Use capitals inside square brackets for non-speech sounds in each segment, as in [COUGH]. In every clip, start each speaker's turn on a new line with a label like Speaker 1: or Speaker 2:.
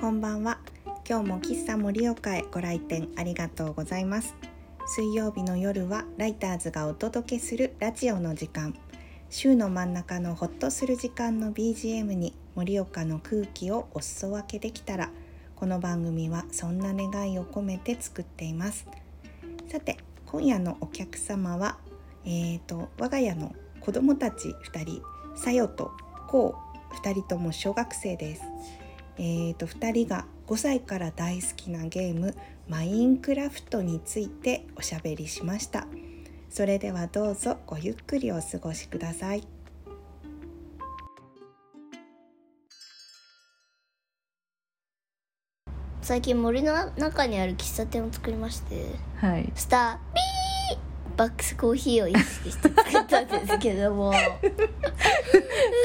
Speaker 1: こんばんは今日も喫茶盛岡へご来店ありがとうございます水曜日の夜はライターズがお届けするラジオの時間週の真ん中のほっとする時間の BGM に盛岡の空気をお裾分けできたらこの番組はそんな願いを込めて作っていますさて今夜のお客様はえーと我が家の子供たち2人さよとこう2人とも小学生ですえーと2人が5歳から大好きなゲームマインクラフトについておしゃべりしましたそれではどうぞごゆっくりお過ごしください
Speaker 2: 最近森の中にある喫茶店を作りまして
Speaker 3: はい。
Speaker 2: スタービーバックスコーヒーを意識して作ったんですけど
Speaker 4: [LAUGHS]
Speaker 2: も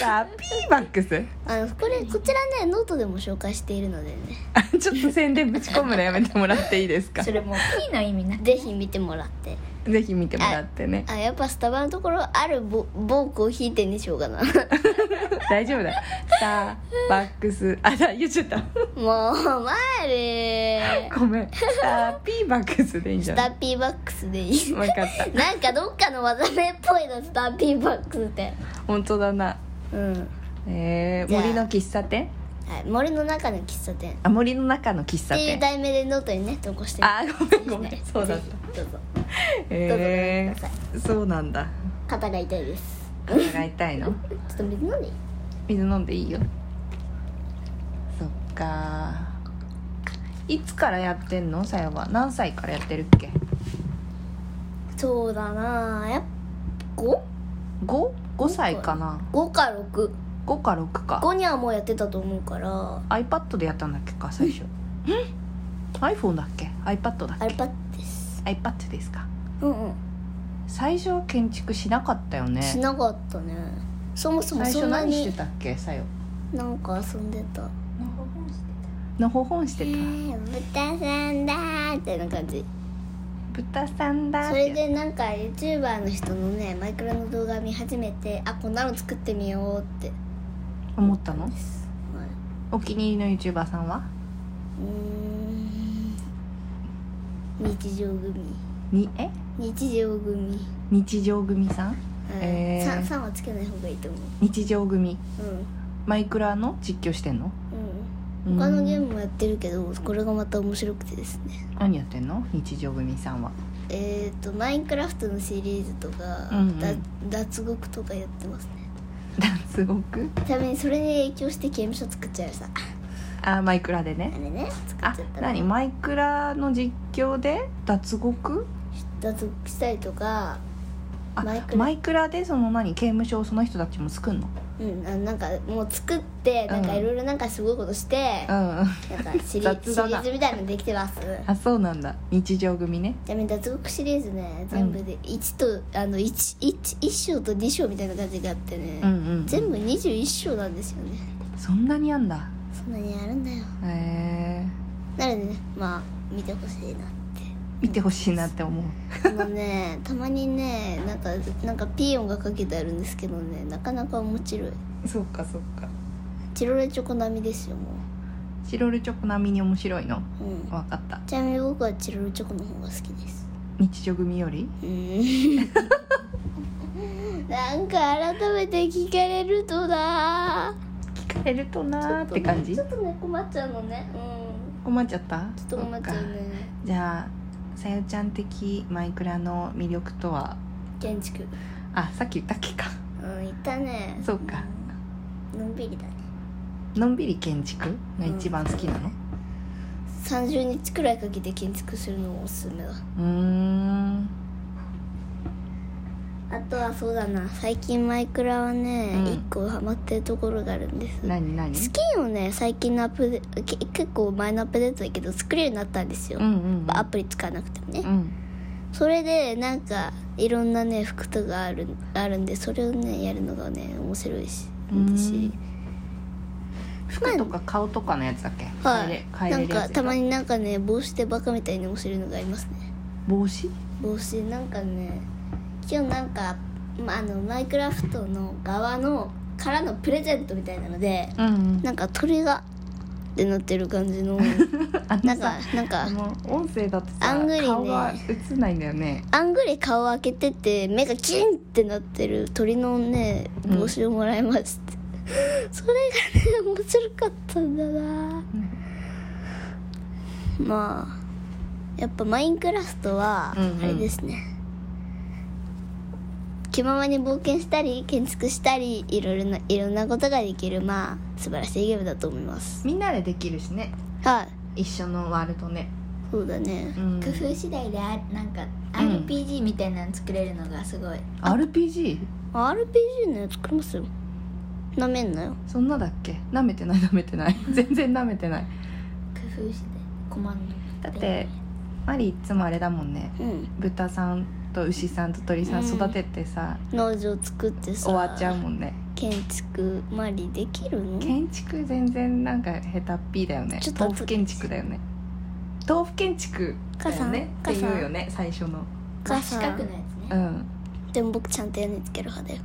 Speaker 3: さあ、ピーバックス。 [LAUGHS]
Speaker 2: あのこれこちらねノートでも紹介しているのでね
Speaker 3: あちょっと宣伝ぶち込むのやめてもらってい
Speaker 1: [LAUGHS]
Speaker 3: いですか。
Speaker 4: それもう P の意味な
Speaker 2: ぜひ見てもらって
Speaker 3: ぜひ見てもらってね。
Speaker 2: あやっぱスタバのところあるぼ某コーヒー店にしようかな [LAUGHS]
Speaker 3: 大丈夫だ。さあ、バックス。あ、だ、言っちゃった。
Speaker 2: もう前で
Speaker 3: ごめん。さあ、ピーバックスでいいんじゃ
Speaker 2: ス
Speaker 3: な
Speaker 2: タ
Speaker 3: い。
Speaker 2: ーピーバックスでいい
Speaker 3: わかった。
Speaker 2: なんかどっかの技名っぽいのスターピーバックスって
Speaker 3: 本当だな。
Speaker 2: うん、
Speaker 3: えー、
Speaker 2: じゃあ
Speaker 3: 森の喫茶店。
Speaker 2: はい、森の中の喫茶店
Speaker 3: あ、森の中の喫茶
Speaker 2: っていう
Speaker 3: 店。
Speaker 2: 題名でノートにね投稿して
Speaker 3: あ、ごめん、ご
Speaker 2: る
Speaker 3: め
Speaker 2: ね
Speaker 3: ん。そうだっ
Speaker 2: ぜ
Speaker 3: た。
Speaker 2: ひどうぞ
Speaker 3: え
Speaker 2: どうぞご覧くださ
Speaker 3: ー、そうなんだ。
Speaker 2: 肩が痛いです
Speaker 3: 伺いたいの。
Speaker 2: ちょっと水飲んでいい
Speaker 3: 水飲んでいいよ。そっか。いつからやってんの、さやは。何歳からやってるっけ。
Speaker 2: そうだなあやっぱ
Speaker 3: 五五歳かな
Speaker 2: 5?5 か6
Speaker 3: 五か六か
Speaker 2: 5にはもうやってたと思うから
Speaker 3: iPad でやったんだっけか最初 iPhone だっけ iPad だっ
Speaker 2: あれパッです
Speaker 3: け iPad ですか
Speaker 2: うんうん、
Speaker 3: 最初は建築しなかったよね
Speaker 2: しなかったねそもそも
Speaker 3: 最
Speaker 2: そ
Speaker 3: 初
Speaker 2: んな
Speaker 3: 何して
Speaker 2: に
Speaker 3: たっけさよ
Speaker 2: なんか遊んでた
Speaker 3: のほほんし
Speaker 2: 「え
Speaker 3: てた
Speaker 2: ー、豚さんだー」みたいな感じ
Speaker 3: 豚さんだ
Speaker 2: それでなんか YouTuber の人のねマイクラの動画見始めてあこんなの作ってみようって、
Speaker 3: 思ったの
Speaker 2: はい、
Speaker 3: お気に入りの YouTuber さんは
Speaker 2: うーん日常組
Speaker 3: にえ
Speaker 2: 日常組
Speaker 3: 日常組さん
Speaker 2: うん
Speaker 3: えー
Speaker 2: さんさんはつけない方がいいと思う
Speaker 3: 日常組
Speaker 2: う
Speaker 3: マイクラの実況してんの
Speaker 2: ん、うん、他のゲー
Speaker 3: ム
Speaker 2: ムもやってるけどこれがまた面白くてですね
Speaker 3: 何やってんの日常組さんは [LAUGHS]
Speaker 2: えっ、とマインクラフトのシリーズとか、
Speaker 3: うんうん
Speaker 2: だ脱獄とかやってますね
Speaker 3: すごく
Speaker 2: ちなみにそれに影響して刑務所作っちゃいま [LAUGHS] したあ
Speaker 3: あマイクラでね
Speaker 2: れね作
Speaker 3: あ
Speaker 2: っちゃった
Speaker 3: 何マイクラの実況で脱獄
Speaker 2: 脱獄したりとか
Speaker 3: あ
Speaker 2: マ
Speaker 3: マ
Speaker 2: イ
Speaker 3: イ
Speaker 2: ク
Speaker 3: ク
Speaker 2: ラ
Speaker 3: ラでその何刑務所をその人たちも作んの
Speaker 2: うんあなんかもう作ってなんか
Speaker 3: うん
Speaker 2: いろいろなんかすごいことして、
Speaker 3: んあ
Speaker 2: なんかシリシリ
Speaker 3: 雑だな
Speaker 2: ーズみたいのできてます
Speaker 3: そうなんだ日常組ね
Speaker 2: ちなみに脱獄シリーズね全部で1と、あの 1, 1, 1章と2章みたいな感じがあってね、
Speaker 3: うんうん
Speaker 2: 全部21章なんですよね
Speaker 3: そんなにあんだ
Speaker 2: そんなにあるんだよ
Speaker 3: へえ
Speaker 2: なのでねまあ見てほしいなっ
Speaker 3: 見てほしいなって思う
Speaker 2: てあの
Speaker 3: [LAUGHS]
Speaker 2: ねたまにねなんかなんかピー音がかけてあるんですけどねなかなか面白い
Speaker 3: そうかそうか
Speaker 2: チロルチョコ並みですよも
Speaker 3: チロルチョコ並みに面白いの
Speaker 2: ううん
Speaker 3: わかった
Speaker 2: ちなみに僕はチロルチョコの方が好きです
Speaker 3: 日常組よ
Speaker 2: [LAUGHS]
Speaker 3: り
Speaker 2: うんなんか改めて聞かれるとな
Speaker 3: 聞かれるとなーって感じ
Speaker 2: ちょっとね困っちゃうのねうん
Speaker 3: 困っちゃった
Speaker 2: ちょっと困っちゃう
Speaker 3: そか
Speaker 2: ね
Speaker 3: じゃあさよちゃん的マイクラの魅力とは
Speaker 2: 建築
Speaker 3: あさっき言ったっけか
Speaker 2: うん行ったね
Speaker 3: そうか
Speaker 2: うんのんびりだね
Speaker 3: のんびり建築が一番好きなの
Speaker 2: 30日くらいかけて建築するのもおすすめだ
Speaker 3: うーん
Speaker 2: あとはそうだな最近マイクラはね、
Speaker 3: うん
Speaker 2: 一個ハマってるところがあるんです
Speaker 3: 何何
Speaker 2: スキーをね最近のアップデけ結構前のアップデートだけど作れるようになったんですよ、
Speaker 3: うんうん
Speaker 2: アプリ使わなくてもね、
Speaker 3: うん
Speaker 2: それでなんかいろんなね服とかあるあるんでそれをねやるのがね面白いし
Speaker 3: うん
Speaker 2: 私
Speaker 3: 服とか顔とかのやつだっけ
Speaker 2: は
Speaker 3: 変
Speaker 2: い
Speaker 3: えれ変え
Speaker 2: な
Speaker 3: れ
Speaker 2: ん
Speaker 3: るや
Speaker 2: か
Speaker 3: つ
Speaker 2: たまになんかね帽子でバカみたいに面白いのがありますね
Speaker 3: 帽子
Speaker 2: 帽子なんかね今日なんか、ま、あのマイクラフトの側のからのプレゼントみたいなので
Speaker 3: うん
Speaker 2: なんか鳥がってなってる感じ
Speaker 3: [LAUGHS]
Speaker 2: の
Speaker 3: あの
Speaker 2: なんか
Speaker 3: さ
Speaker 2: なんか
Speaker 3: あの音声だと
Speaker 2: あ
Speaker 3: さ、
Speaker 2: んぐりね
Speaker 3: 顔が映んないんだよね
Speaker 2: あんぐり顔開けてて目がキンってなってる鳥のね
Speaker 3: うん
Speaker 2: 帽子をもらいました、 [LAUGHS] それがね面白かったんだなまあやっぱマインクラフトは
Speaker 3: うんうん
Speaker 2: あれですね、気ままに冒険したり建築したりいろいろないろんなことができるまあ素晴らしいゲームだと思います
Speaker 3: みんなでできるしね
Speaker 2: はい
Speaker 3: 一緒のワールドね
Speaker 2: そうだね
Speaker 3: うん
Speaker 4: 工夫次第であなんか
Speaker 3: うん
Speaker 4: RPG みたいなの作れるのがすごい、
Speaker 3: RPG?
Speaker 2: RPG のやつ作りますよなめんなよ
Speaker 3: そんなだっけなめてないなめてない [LAUGHS] 全然なめてない
Speaker 4: 工夫次第コマンド
Speaker 3: だってマリいつもあれだもんね
Speaker 2: うん
Speaker 3: 豚さんと牛さんと鳥さん
Speaker 2: うん
Speaker 3: 育ててさ、
Speaker 2: 農場作ってさ
Speaker 3: 終わっちゃうもんね
Speaker 2: 建築マリできるの
Speaker 3: 建築全然なんか下手っぴーだよね
Speaker 2: ちょっと
Speaker 3: 豆腐建築だよね豆腐建築だよねっ
Speaker 2: 母
Speaker 3: て
Speaker 2: さん
Speaker 3: 言うよね最初の
Speaker 4: まあ
Speaker 2: 母
Speaker 4: 四
Speaker 2: さ
Speaker 4: 角のやつ
Speaker 2: ん
Speaker 4: ね
Speaker 3: うん
Speaker 2: でも僕ちゃんと屋根つける派だよ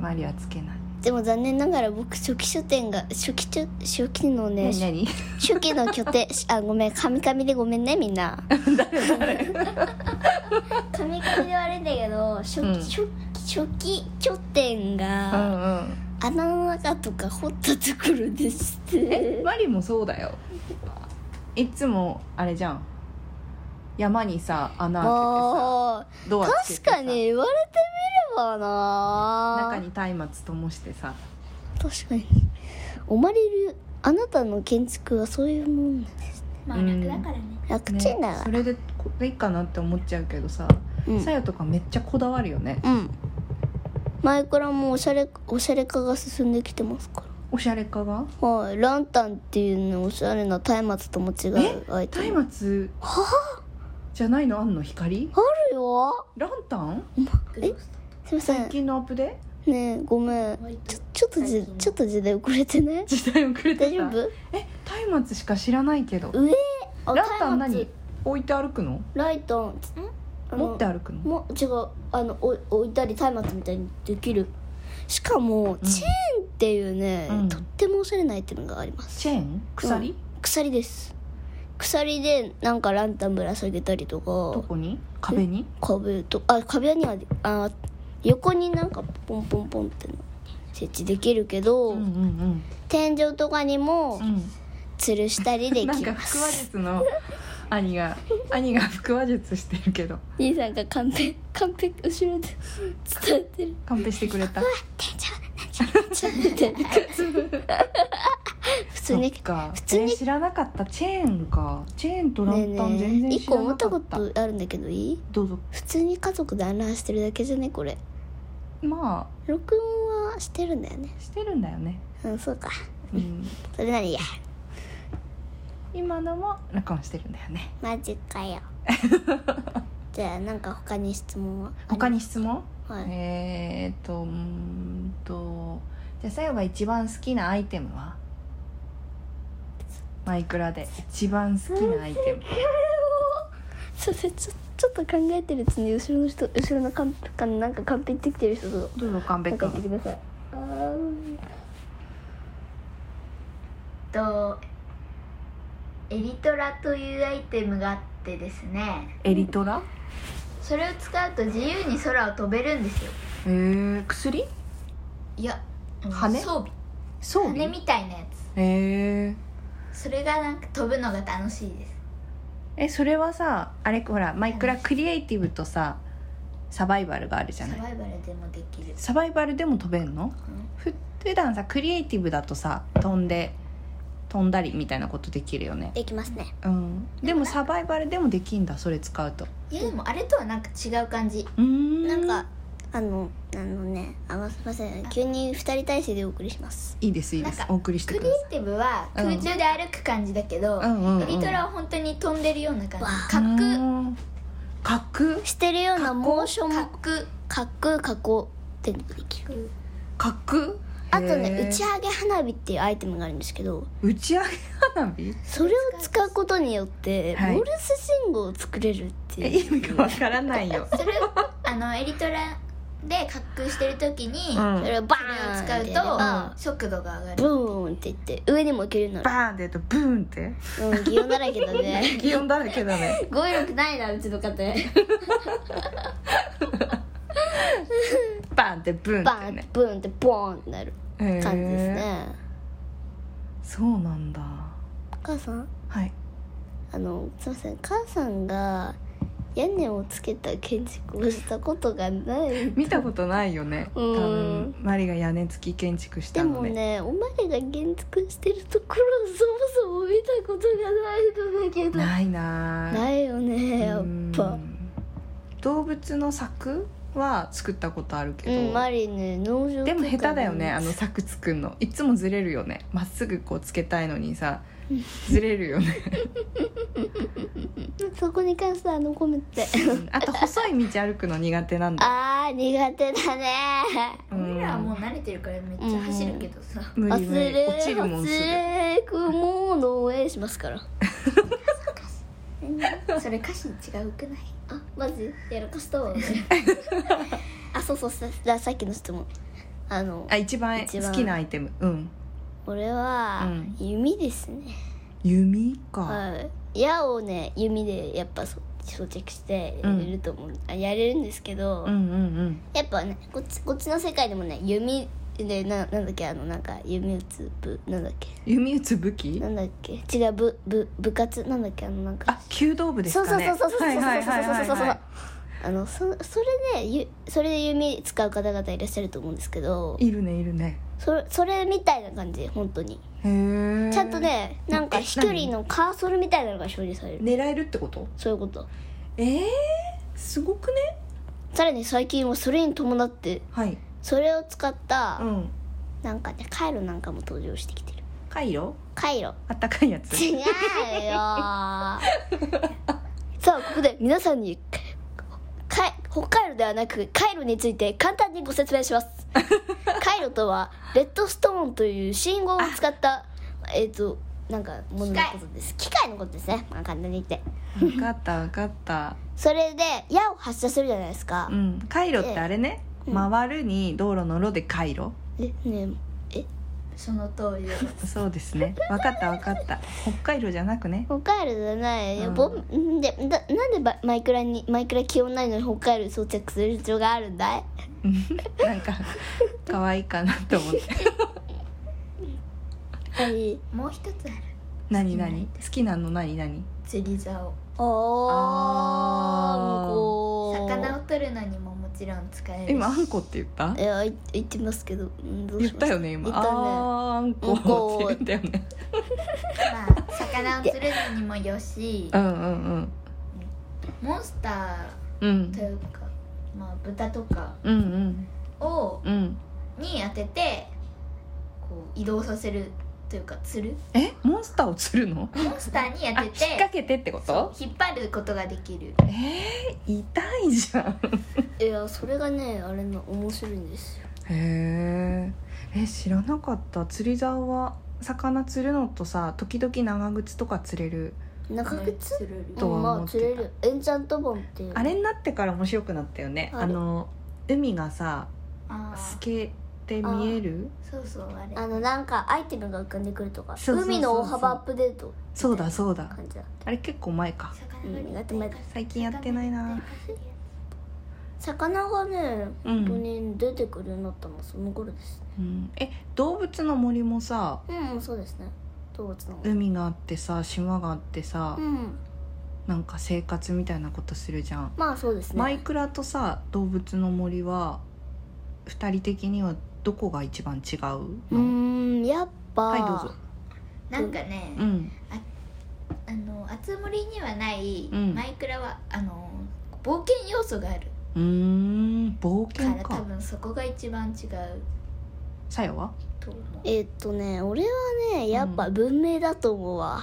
Speaker 3: マリはつけない
Speaker 2: でも残念ながら僕初期書店が初期書初期のね
Speaker 3: 何何
Speaker 2: 初期の拠点 [LAUGHS] あごめんカミカミでごめんねみん
Speaker 3: [LAUGHS]
Speaker 2: な [LAUGHS]
Speaker 4: 紙紙で悪いんだけど初期、
Speaker 3: うん
Speaker 4: 初
Speaker 2: 初期拠点
Speaker 3: う
Speaker 2: が
Speaker 3: んうん
Speaker 2: 穴の中とか掘ったところでし
Speaker 3: え
Speaker 2: て
Speaker 3: マリもそうだよいつもあれじゃん山にさ穴開
Speaker 2: あ
Speaker 3: けてさド
Speaker 2: あ
Speaker 3: アつけ
Speaker 2: 確
Speaker 3: てさ
Speaker 2: かに言われてみればな
Speaker 3: 中に松明ともしてさ
Speaker 2: 確かにおまれるあなたの建築はそういうもんなんですね
Speaker 4: まあ
Speaker 3: うん
Speaker 4: 楽だからね、
Speaker 2: 楽
Speaker 3: ね
Speaker 2: ちんだわ、
Speaker 3: それでこれいいかなって思っちゃうけどさ
Speaker 2: うん
Speaker 3: さよとかめっちゃこだわるよね
Speaker 2: うん前からもうおしゃれおしゃれ化が進んできてますか
Speaker 3: おしゃれ家が
Speaker 2: らはいランタンっていうねおしゃれな松明とも違うアイテムあ
Speaker 3: 松明じゃないのあんの光
Speaker 2: るよ
Speaker 3: ランタン
Speaker 4: グロース
Speaker 2: すいません
Speaker 3: 最
Speaker 2: ね
Speaker 3: 近のアップで
Speaker 2: えごめん
Speaker 4: 割と
Speaker 2: ちょちょっと
Speaker 4: 最
Speaker 2: じ
Speaker 4: 近
Speaker 2: ちょっと時代遅れてない
Speaker 3: 時代遅れてた
Speaker 2: 大丈夫
Speaker 3: え松明しか知らないけど
Speaker 2: 上あ
Speaker 3: ランタン何
Speaker 2: 松
Speaker 3: 置いて歩くの
Speaker 2: 明ライトあの
Speaker 3: 持って歩くの
Speaker 2: も違うあのお置いたり松明みたいにできるしかもチェーンっていうね、
Speaker 3: うん
Speaker 2: とってもおしゃれなアイテムがあります
Speaker 3: チェーン鎖
Speaker 2: 鎖です鎖でなんかランタンぶら下げたりと
Speaker 3: ど
Speaker 2: か
Speaker 3: こに壁に
Speaker 2: 壁とあ壁にはあ横になんかポンポンポンっての設置できるけど、
Speaker 3: うんうん
Speaker 2: 天井とかにも
Speaker 3: うんうん
Speaker 2: 吊るしたりで
Speaker 3: [LAUGHS]
Speaker 2: き
Speaker 3: なんか
Speaker 2: ま
Speaker 3: 腹話
Speaker 2: す
Speaker 3: 術の兄が兄が腹話術してるけど
Speaker 2: 兄さんがカンペカンペ後ろで [LAUGHS] 伝えてる
Speaker 3: カンペしてくれた
Speaker 2: [LAUGHS] 伝えてる普通に
Speaker 3: そっか
Speaker 2: 普通に
Speaker 3: えー知らなかったチェーンかチェーンとラ
Speaker 2: ねえ
Speaker 3: ンタン全
Speaker 2: ねえ
Speaker 3: 然
Speaker 2: 一
Speaker 3: 知
Speaker 2: 個
Speaker 3: ら
Speaker 2: 思
Speaker 3: な
Speaker 2: った
Speaker 3: か
Speaker 2: こ
Speaker 3: った、
Speaker 2: とあるんだけどいい
Speaker 3: どうぞ
Speaker 2: 普通に家族団らんしてるだけじゃねこれ
Speaker 3: ま
Speaker 2: 録音はしてるんだよね
Speaker 3: あしてるんだよね、
Speaker 2: うんそうか
Speaker 3: うん、
Speaker 2: それなりや
Speaker 3: 今のも録音してるんだよね
Speaker 2: マジかよじゃあなんか他に質問はあり
Speaker 3: 他に質問
Speaker 2: はい
Speaker 3: えーっとうーんとじゃあさよが一番好きなアイテムはマイクラで一番好きなアイテム
Speaker 2: それちょちょっと考えてるうちに後ろの人後ろのカンペかなんかカンペってきてる人と
Speaker 3: どうぞ神戸
Speaker 2: なんか言って
Speaker 3: 君
Speaker 2: くださいあー
Speaker 4: とエリトラというアイテムがあってですね
Speaker 3: エリトラ
Speaker 4: それを使うと自由に空を飛べるんですよ
Speaker 3: えー、薬
Speaker 4: いやうん
Speaker 3: 羽
Speaker 4: 装備
Speaker 3: 装
Speaker 4: 羽
Speaker 3: 備
Speaker 4: みたいなや
Speaker 3: えー、
Speaker 4: つそれがなんか飛ぶのが楽しいです
Speaker 3: えそれはさあれほらマイクラクリエイティブとさサバイバルがあるじゃ
Speaker 4: サ
Speaker 3: ない
Speaker 4: バイバルでもできる
Speaker 3: サバイバルでも飛べんの
Speaker 4: うん
Speaker 3: ふ普段さクリエイティブだとさ飛んで飛んだりみたいなことできるよね
Speaker 2: できますね
Speaker 3: うんでもサバイバルでもできんだそれ使うと
Speaker 4: いやでもあれとはなんか違う感じ
Speaker 3: うーん
Speaker 2: なんかあのあのねあのすいません急に二人体制でお送りします
Speaker 3: いいですいいです
Speaker 4: なんか
Speaker 3: お送りして
Speaker 4: クリ
Speaker 3: く
Speaker 4: エ
Speaker 3: ださ
Speaker 4: イティブは
Speaker 3: うん
Speaker 4: 空中で歩く感じだけど、
Speaker 3: いうんうんうん
Speaker 4: エリトラは本当に飛んでるような感
Speaker 2: わ
Speaker 4: じ滑空
Speaker 3: うん滑空
Speaker 2: してるようなモーション
Speaker 4: 滑
Speaker 2: も
Speaker 4: 空
Speaker 2: かっこいい加工ってできる
Speaker 3: 滑空
Speaker 2: あとね
Speaker 3: へー
Speaker 2: 打ち上げ花火っていうアイテムがあるんですけど
Speaker 3: 打ち上げ花火
Speaker 2: それを使うことによってモ
Speaker 3: はい
Speaker 2: ールス信号を作れるって
Speaker 3: え
Speaker 2: いう、
Speaker 3: 意味がわからないよ
Speaker 4: それあのエリトラで滑空してる時に、
Speaker 3: うん
Speaker 2: それをバーン
Speaker 4: それを
Speaker 2: ってやれ
Speaker 4: 使う
Speaker 2: ば
Speaker 4: と速度が上が
Speaker 2: ブ
Speaker 4: る
Speaker 2: ーンっていって上にも行けるようにな
Speaker 3: バーンってやるとブーンって
Speaker 2: るうん擬音だらけだね
Speaker 3: 擬音だらけだね
Speaker 2: 語彙力 [LAUGHS] ないなうちの家庭
Speaker 3: バーンってブーンっ
Speaker 2: バ
Speaker 3: て
Speaker 2: ーン
Speaker 3: ね
Speaker 2: ブーンってボーンってなる
Speaker 3: へー
Speaker 2: 感じですね
Speaker 3: そうなんだ
Speaker 2: お母さん
Speaker 3: はい
Speaker 2: あのすいません母さんが屋根をつけた建築をしたことがない
Speaker 3: 見たことないよね多
Speaker 2: うん
Speaker 3: 分マリが屋根付き建築し
Speaker 2: で
Speaker 3: たの
Speaker 2: も
Speaker 3: ね
Speaker 2: ねお前らが原付してるところそもそも見たことがないんだけど
Speaker 3: ないなぁ
Speaker 2: ないよねやっ
Speaker 3: う
Speaker 2: ぱ
Speaker 3: ん動物の柵は作ったことあるけ
Speaker 2: う
Speaker 3: ど、
Speaker 2: んマリね農場
Speaker 3: でも
Speaker 2: とか
Speaker 3: 下手だよね
Speaker 2: も
Speaker 3: あの柵作んのいつもずれるよねまっすぐこうつけたいのにさずれるよね
Speaker 2: そこに関してはあのコメン
Speaker 3: [LAUGHS]
Speaker 2: ト
Speaker 3: うんあと細い道歩くの苦手なんだ
Speaker 2: あー苦手だね
Speaker 3: うん
Speaker 4: 俺らはもう慣れてるからめっちゃ走るけどさ、
Speaker 3: 無理
Speaker 2: 忘
Speaker 3: 無理
Speaker 2: れ
Speaker 3: 落ちるもんすぐ
Speaker 2: 忘れ雲の上しますから
Speaker 4: それ歌詞に違うくない
Speaker 2: あマジやらかした
Speaker 4: [LAUGHS]
Speaker 2: わあそうそうささっきの質問あの
Speaker 3: あ一番
Speaker 2: 一番
Speaker 3: 好きなアイテムうん
Speaker 2: 俺は
Speaker 3: うん
Speaker 2: 弓ですね、
Speaker 3: 弓か、
Speaker 2: はい矢をね弓でやっぱそ装着してや
Speaker 3: うん
Speaker 2: れると思う、あやれるんですけど、
Speaker 3: うんうん
Speaker 2: やっぱねこっちこっちの世界でもね弓でななんだっけあのなんか弓打つ部なんだっけ
Speaker 3: うん弓打つ武器
Speaker 2: なんだっけ違う部部部活なんだっけあのなんか
Speaker 3: あ弓道部ですかね
Speaker 2: そうそうそうそうそう
Speaker 3: はいはいはいはい
Speaker 2: そうそうそうそ
Speaker 3: は
Speaker 2: うあのそそれでゆそれで弓使う方々いらっしゃると思うんですけど
Speaker 3: いいるねいるね
Speaker 2: それそれみたいな感じ本当に
Speaker 3: へえ
Speaker 2: ちゃんとねなんか
Speaker 3: え
Speaker 2: 飛距離のカーソルみたいなのが表示される
Speaker 3: 狙えるってこと
Speaker 2: そういうこと
Speaker 3: ええすごくね
Speaker 2: さらに最近はそれに伴って
Speaker 3: はい
Speaker 2: それを使った、
Speaker 3: うん
Speaker 2: なんかねカイロなんかも登場してきてる
Speaker 3: カイロ
Speaker 2: カイロ
Speaker 3: あったかいやつ
Speaker 2: 違うよさあここで皆さんにかい北海道ではなくカイロについて簡単にご説明し [LAUGHS] ますカイロとはレッドストーンという信号を使ったえっ、となんかもののことです機械のことですね、まあ、簡単に言って
Speaker 3: 分かった分かった
Speaker 2: それで矢を発射するじゃないですか
Speaker 3: う、んカイロってあれね
Speaker 2: うん
Speaker 3: 回るに道路の路でカイロ
Speaker 2: えねえ
Speaker 4: その通りだ
Speaker 3: そうですね分かった分かった北海道じゃなくね
Speaker 2: 北海道じゃないよ、
Speaker 3: うん
Speaker 2: ぼんでだなんでばマイクラにマイクラ気温ないのに北海道に装着する必要があるんだい
Speaker 3: うんなんか可愛いかなと思って [LAUGHS]
Speaker 2: はい
Speaker 4: もう一つある
Speaker 3: 何何好きなの何何
Speaker 4: 釣り竿
Speaker 2: お
Speaker 3: あー
Speaker 2: ー向こう
Speaker 4: 魚を取るのにももちろん使えるし
Speaker 3: 今あんこって言った
Speaker 2: いやい言ってますけどんどう
Speaker 3: 言
Speaker 2: し
Speaker 3: っ
Speaker 2: ま
Speaker 3: た
Speaker 2: す
Speaker 3: よね今
Speaker 2: 言ったね
Speaker 3: あーあんこって言ったよね
Speaker 4: まあ魚を釣るのにもよし
Speaker 3: うんうんうん
Speaker 4: モンスタ
Speaker 3: うん
Speaker 4: ーというか、まあ、豚とか
Speaker 3: うん
Speaker 4: を
Speaker 3: うんうん
Speaker 4: に当ててこう移動させるというか釣る
Speaker 3: えモンスターを釣るの
Speaker 4: モンスターに
Speaker 3: あ
Speaker 4: 当
Speaker 3: 引って
Speaker 4: て
Speaker 3: 掛けてってこと
Speaker 4: 引っ張ることができる
Speaker 3: えー、痛いじゃん
Speaker 2: いやそれがねあれの面白いんですよ
Speaker 3: へーえ知らなかった釣り竿は魚釣るのとさ時々長靴とか釣れる
Speaker 2: 中靴
Speaker 4: 釣れる
Speaker 3: とは
Speaker 2: うんま
Speaker 3: 思
Speaker 2: あ
Speaker 3: ってた
Speaker 2: 釣れるエンチャントボンっていう
Speaker 3: あれになってから面白くなったよね
Speaker 2: あれ
Speaker 3: あの海がさ
Speaker 4: あ
Speaker 3: 透
Speaker 4: あ
Speaker 3: けて見える
Speaker 4: そうそうあれ
Speaker 2: あのなんかアイテムが浮かんでくるとか
Speaker 3: そうそうそうそう
Speaker 2: 海の大幅アップデート
Speaker 3: そうだそうだ
Speaker 2: 感じだ
Speaker 3: あれ結構前か
Speaker 4: 魚が
Speaker 2: うん
Speaker 4: 苦
Speaker 2: 苦
Speaker 4: 手
Speaker 2: 手
Speaker 4: な
Speaker 2: 前
Speaker 4: んか
Speaker 3: 最近やってないな
Speaker 2: 魚がね
Speaker 3: う
Speaker 2: 本当
Speaker 3: ん、
Speaker 2: に出てくるようになったのはその頃ですね
Speaker 3: うん、え動物の森もさ
Speaker 2: うんうんそうですね動物の
Speaker 3: 海があってさ島があってさ、
Speaker 2: うん
Speaker 3: なんか生活みたいなことするじゃん、
Speaker 2: まあそうです
Speaker 3: マイ
Speaker 2: ね
Speaker 3: クラとさ動物の森は二人的にはどこが一番違うの、
Speaker 2: うーんやっぱ
Speaker 3: はいどうぞ
Speaker 4: なんかね
Speaker 3: うん
Speaker 4: あの熱盛にはない
Speaker 3: うん
Speaker 4: マイクラはあの冒険要素がある
Speaker 3: うーん冒
Speaker 4: か
Speaker 3: 険
Speaker 4: ら多
Speaker 3: か
Speaker 4: 分そこが一番違う
Speaker 3: さやは
Speaker 4: と思う
Speaker 2: えーっとね俺はねやっぱ文明だと思うわ、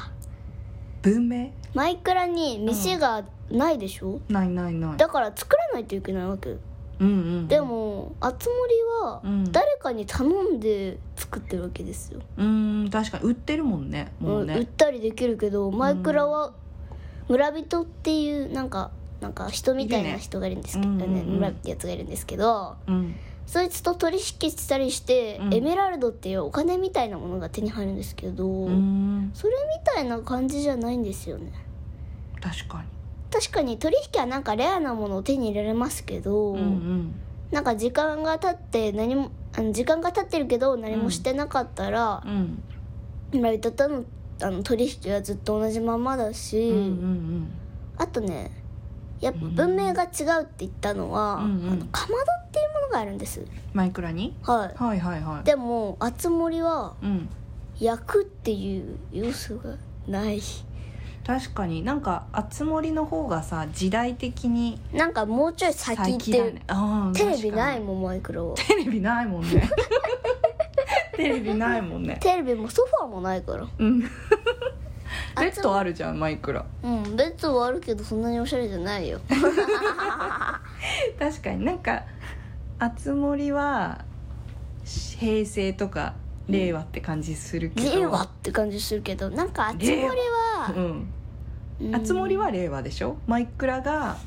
Speaker 3: 文明
Speaker 2: マイクラに店がないでしょ、
Speaker 3: ないないない
Speaker 2: だから作らないといけないわけ
Speaker 3: うんうん
Speaker 2: でもあつ森は
Speaker 3: うん
Speaker 2: 誰かに頼んで作ってるわけですよ、
Speaker 3: うーん確かに売ってるもんねもう
Speaker 2: うん売っ
Speaker 3: ね
Speaker 2: たりできるけどマイクラは村人っていうなんかなんか人みたいな人がいるんですけど
Speaker 5: いる
Speaker 2: ね
Speaker 5: ねうんうんうん
Speaker 2: 村ってやつがいるんですけど
Speaker 5: うん
Speaker 2: そいつと取引したりして、
Speaker 5: うん
Speaker 2: エメラルドっていうお金みたいなものが手に入るんですけど、
Speaker 5: うん
Speaker 2: それみたいな感じじゃないんですよね
Speaker 5: 確か
Speaker 2: 確かに取引はなんかレアなものを手に入れられますけど、
Speaker 5: にうん
Speaker 2: なんか時間が経って何もあの時間が経ってるけど何もしてなかったら
Speaker 5: う、ん
Speaker 2: 村人とのあの取引はずっと同じままだし、
Speaker 5: うんうんうん
Speaker 2: あとねやっぱ文明が違うって言ったのは、
Speaker 5: うんうん
Speaker 2: あのかまどっていうものがあるんです
Speaker 5: マイクラに
Speaker 2: はい
Speaker 5: はいはいはい
Speaker 2: でもあつ森は
Speaker 5: うん
Speaker 2: 焼くっていう要素がない
Speaker 5: 確かになんかあつ森の方がさ時代的に
Speaker 2: なんかもうちょい先行ってる、
Speaker 5: あー
Speaker 2: テレビない
Speaker 5: 確かに
Speaker 2: もんマイクロは
Speaker 5: テレビないもん
Speaker 2: [LAUGHS]
Speaker 5: ねテレビないもんね
Speaker 2: テレビもソファーもないから
Speaker 5: うんベ [LAUGHS] ッドあるじゃんマイクラ
Speaker 2: うんベッドはあるけどそんなにおしゃれじゃないよ
Speaker 5: 確かになんかあつ森は平成とか令和って感じするけど、
Speaker 2: 令和って感じするけどなんかあつ森は
Speaker 5: うん
Speaker 2: うん
Speaker 5: あつ森は令和でしょマイクラが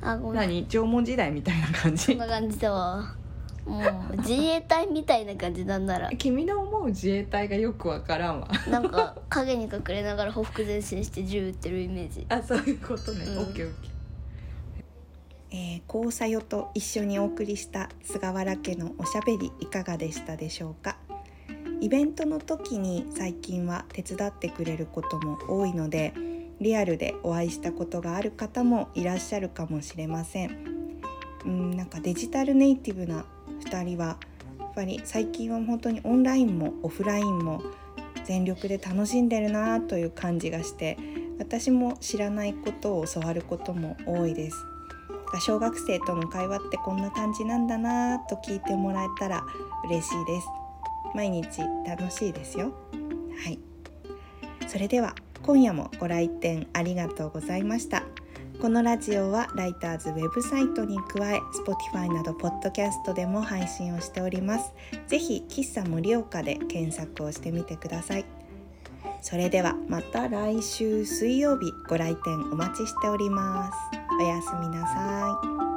Speaker 2: あごめん
Speaker 5: 何縄文時代みたいな感
Speaker 2: そん
Speaker 5: じ
Speaker 2: な感じだわもう自衛隊みたいな感じなんなら
Speaker 5: 君の思う自衛隊がよくわからんわ
Speaker 2: なんか影に隠れながらほふく前進して銃撃ってるイメージ
Speaker 5: あそういうことね、
Speaker 2: うん
Speaker 5: オッケーオッケー
Speaker 3: えー、こうさよと一緒にお送りした菅原家のおしゃべりいかがでしたでしょうかイベントの時に最近は手伝ってくれることも多いのでリアルでお会いしたことがある方もいらっしゃるかもしれませんうんなんかデジタルネイティブな2人はやっぱり最近は本当にオンラインもオフラインも全力で楽しんでるなという感じがして私も知らないことを教わることも多いです小学生との会話ってこんな感じなんだなぁと聞いてもらえたら嬉しいです毎日楽しいですよはいそれでは今夜もご来店ありがとうございましたこのラジオはライターズウェブサイトに加え Spotify などポッドキャストでも配信をしておりますぜひ喫茶盛岡で検索をしてみてくださいそれではまた来週水曜日ご来店お待ちしておりますおやすみなさい